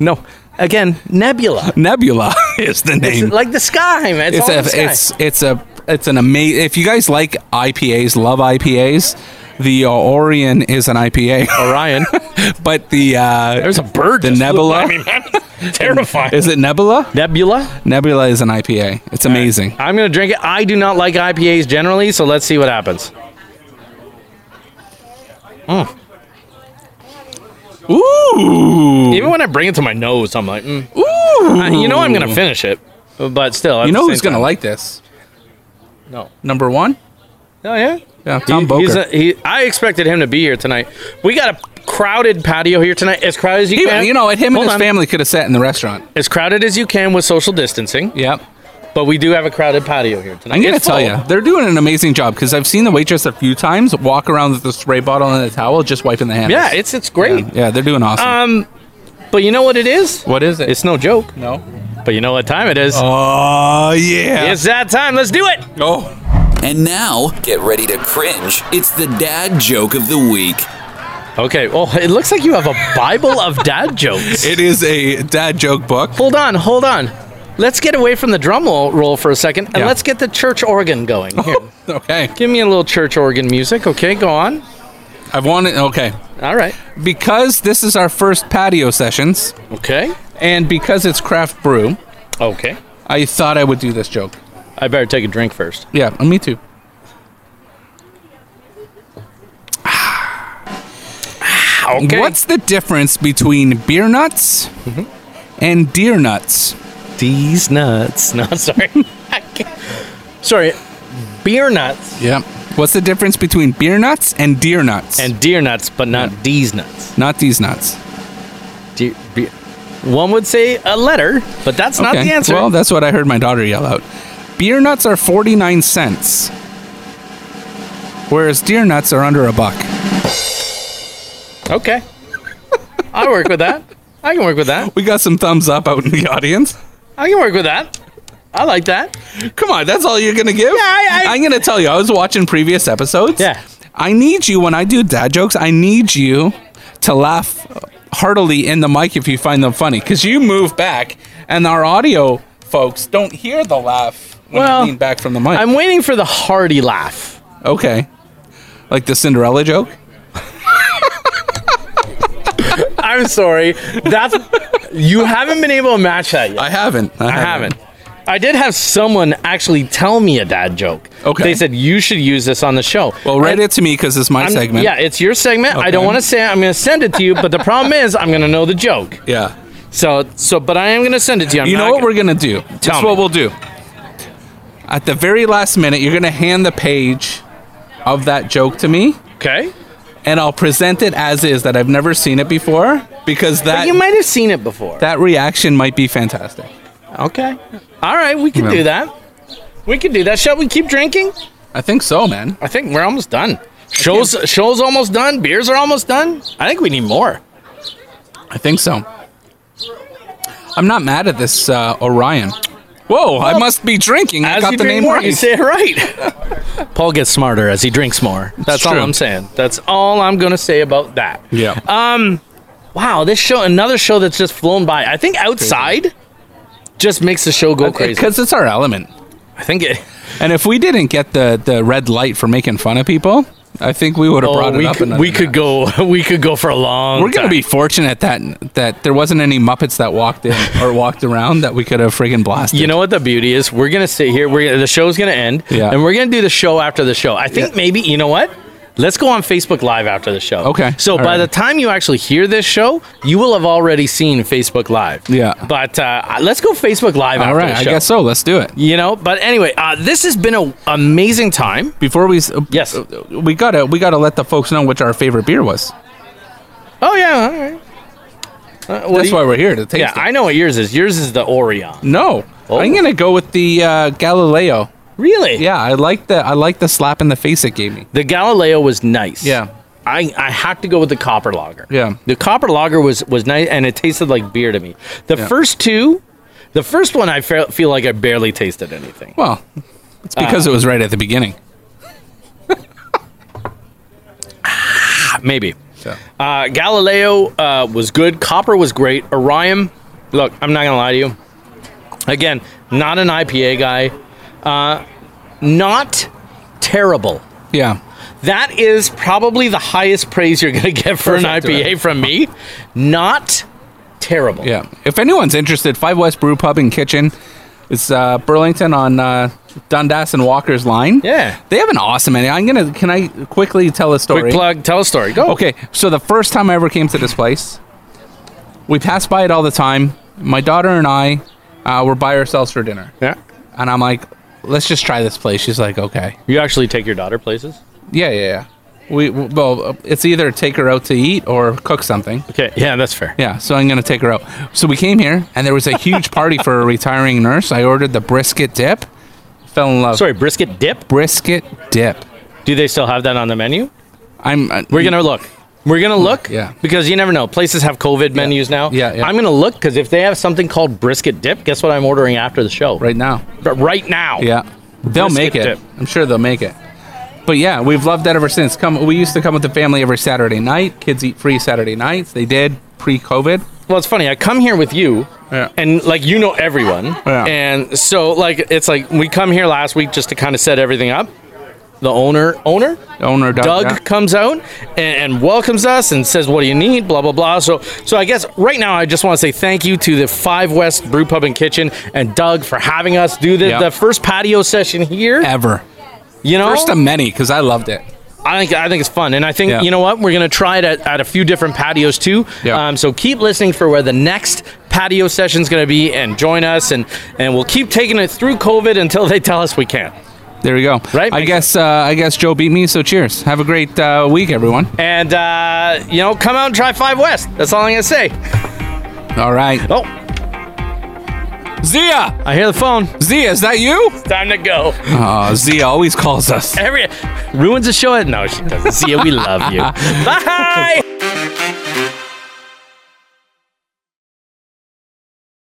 No. Again, nebula.
Nebula is the
It's
name.
like the sky, man. It's,
it's
all
a
in the sky.
it's it's a it's an amazing. If you guys like IPAs, love IPAs, the uh, Orion is an IPA,
Orion.
but the uh,
There's a bird.
the
just flew
Nebula
by me, man. Terrifying.
Is it Nebula?
Nebula?
Nebula is an IPA. It's amazing.
I'm gonna drink it. I do not like IPAs generally, so let's see what happens.
Ooh.
Even when I bring it to my nose, I'm like, mm.
Ooh.
I- you know, I'm gonna finish it. But still, at
You
the
know
same
who's gonna
time-
like this?
No.
Number one?
Oh yeah.
Yeah, Tom
He-
Boker.
he's a- he, I expected him to be here tonight. We got a crowded patio here tonight, as crowded as you
He-
can.
you know, and him
Hold
and his
on.
family could have sat in the restaurant.
as crowded as you can with social distancing.
Yep.
But we do have a crowded patio here tonight.
I'm gonna
It's
tell
full.
you, they're doing an amazing job because I've seen the waitress a few times walk around with the spray bottle and a towel, just wiping the hands.
Yeah, it's it's great.
yeah, they're doing awesome.
Uh, But you know what it is?
what is it?
It's no joke.
no.
But you know what time it is?
Oh yeah.
It's that time. Let's do it.
Oh.
And now, get ready to cringe. It's the dad joke of the week.
Okay. Well, it looks like you have a Bible of dad jokes.
It is a dad joke book.
hold on. Hold on. Let's get away from the drum roll, roll for a second, and
Yeah.
let's get the church organ going. Here,
Okay.
give me a little church organ music. Okay, go on.
I've wanted. Okay.
All right.
Because this is our first patio sessions,
Okay.
and because it's craft brew,
Okay.
I thought I would do this joke.
I better take a drink first.
Yeah, me too.
Ah, Okay. Mm-hmm.
What's the difference between beer nuts and deer nuts?
these nuts? No, sorry. I can't- sorry. Beer nuts
Yeah. What's the difference between beer nuts and deer nuts?
and deer nuts, but not these nuts.
not these nuts.
Deer, beer. One would say a letter, but that's not
Okay.
the answer.
Well, that's what I heard my daughter yell out. Beer nuts are 49 cents. Whereas deer nuts are under a buck.
okay. I work with that. I can work with that.
We got some thumbs up out in the audience.
I can work with that. I like that.
Come on, that's all you're gonna give?
Yeah, I- I-
am gonna tell you. I was watching previous episodes.
Yeah.
I need you when I do dad jokes. I need you to laugh heartily in the mic if you find them funny, because you move back and our audio folks don't hear the laugh when
Well,
you lean back from the mic.
I'm waiting for the hearty laugh.
okay, like the Cinderella joke.
I'm sorry. That's you haven't been able to match that yet.
I haven't.
I haven't. I did have someone actually tell me a dad joke.
Okay.
They said you should use this on the show.
Well, write
And
it to me because it's my
I'm-
segment.
Yeah, it's your segment. I don't
Okay.
want to say it. I'm going to send it to you, but the problem is I'm going to know the joke.
Yeah.
So, so, but I am going to send it to you. I'm
you know
not gonna-
what we're gonna do? That's
Tell me.
what we'll do. At the very last minute, you're gonna hand the page of that joke to me,
okay?
and I'll present it as is that I've never seen it before because
But
that
you might have seen it before.
that reaction might be fantastic.
okay. All right, we can
Yeah.
do that. We can do that. Shall we keep drinking?
I think so, man.
I think we're almost done. Shows shows almost done. Beers are almost done. I think we need more.
I think so. I'm not mad at this uh, Orion. Whoa! I must be drinking. I
As
got
you
the
drink
name
more,
right.
you say it right. Paul gets smarter as he drinks more. That's all
true.
I'm saying. That's all I'm gonna say about that.
yeah.
Um, Wow, this show, another show that's just flown by. I think outside just makes the show go crazy.
Because it's our element.
I think it.
And if we didn't get the the red light for making fun of people, I think we would have
Oh,
brought it
we
up.
could,
another
we could
notch.
go. We could go for a long.
We're gonna
time.
be fortunate that that there wasn't any Muppets that walked in or walked around that we could have friggin' blasted.
You know what the beauty is? We're gonna sit here. We're gonna, the show's gonna end,
Yeah.
and we're gonna do the show after the show. I think
Yeah.
maybe you know what? Let's go on Facebook Live after the show.
Okay.
So
All
by
right.
the time you actually hear this show, you will have already seen Facebook Live.
Yeah.
But uh, let's go Facebook Live
All
after
right,
the
I
show.
guess so. Let's do it.
You know. But anyway, uh, this has been an amazing time.
Before we s-
Yes.
we gotta we gotta let the folks know which our favorite beer was.
Oh yeah. All right. Uh, what do
That's
you-
why we're here to taste
yeah,
it.
I Oh. know what yours is. Yours is the Orion.
no, I'm gonna go with the uh, Galileo.
Really?
Yeah, I like the I like the slap in the face it gave me.
The Galileo was nice.
Yeah.
I, I have to go with the copper lager.
Yeah.
The copper lager was was nice and it tasted like beer to me. The
Yeah.
first two, the first one I fe- feel like I barely tasted anything.
Well, it's
Uh,
because it was right at the beginning. Ah,
Maybe.
So.
Uh, Galileo uh, was good. Copper was great. Orion, look, I'm not going to lie to you. Again, not an IPA guy. Uh, not terrible.
Yeah,
That is probably the highest praise you're going to get for an
Perfect,
IPA from me. Not terrible.
Yeah. If anyone's interested, Five West Brew Pub and Kitchen. It's uh, Burlington on uh, Dundas and Walker's line.
Yeah.
They have an awesome menu. I'm gonna. Can I quickly tell a story? Oh,
Quick plug, tell a story. Go.
Okay, so the first time I ever came to this place, we passed by it all the time. My daughter and I uh, were by ourselves for dinner,
Yeah.
and I'm like, "Let's just try this place." She's like, "Okay,
You actually take your daughter places?
yeah, yeah, yeah." We well, it's either take her out to eat or cook something.
Okay. Yeah, that's fair.
Yeah, so I'm gonna take her out. So we came here, and there was a huge party for a retiring nurse. I ordered the brisket dip. Fell in love.
Sorry, brisket dip.
brisket dip.
Do they still have that on the menu?
I'm. uh,
We're gonna look. We're gonna look.
Yeah.
Because you never know. Places have COVID menus now.
Yeah, yeah.
I'm gonna look because if they have something called brisket dip, guess what I'm ordering after the show.
right now.
But right now.
Yeah, they'll
Brisket
make it.
dip.
I'm sure they'll make it. But yeah, we've loved that ever since. Come, we used to come with the family every Saturday night. Kids eat free Saturday nights. They did pre-COVID.
Well, it's funny. I come here with you,
Yeah.
and like you know everyone,
Yeah.
and so like it's like we come here last week just to kind of set everything up. The owner, owner,
Owner Doug.
Doug
Uh, yeah.
comes out and, and welcomes us and says, "What do you need?" Blah blah blah. So, so I guess right now I just want to say thank you to the Five West Brew Pub and Kitchen and Doug for having us do the,
Yeah.
the first patio session here.
ever.
you know,
First of many because I loved it.
I think I think it's fun, and I think
Yeah.
you know what we're gonna try it at, at a few different patios too.
Yeah.
Um, so keep listening for where the next patio session's gonna be, and join us, and and we'll keep taking it through COVID until they tell us we can't.
There we go.
Right,
I
makes
guess. Uh, I guess Joe beat me. So cheers. Have a great uh, week, everyone.
And uh, you know, come out and try Five West. That's all I'm gonna say.
All right.
Oh,
Zia.
I hear the phone.
Zia, is that you?
Time to go.
Oh, Zia always calls us.
Every ruins the show. No, she doesn't. See ya. We love you. Bye.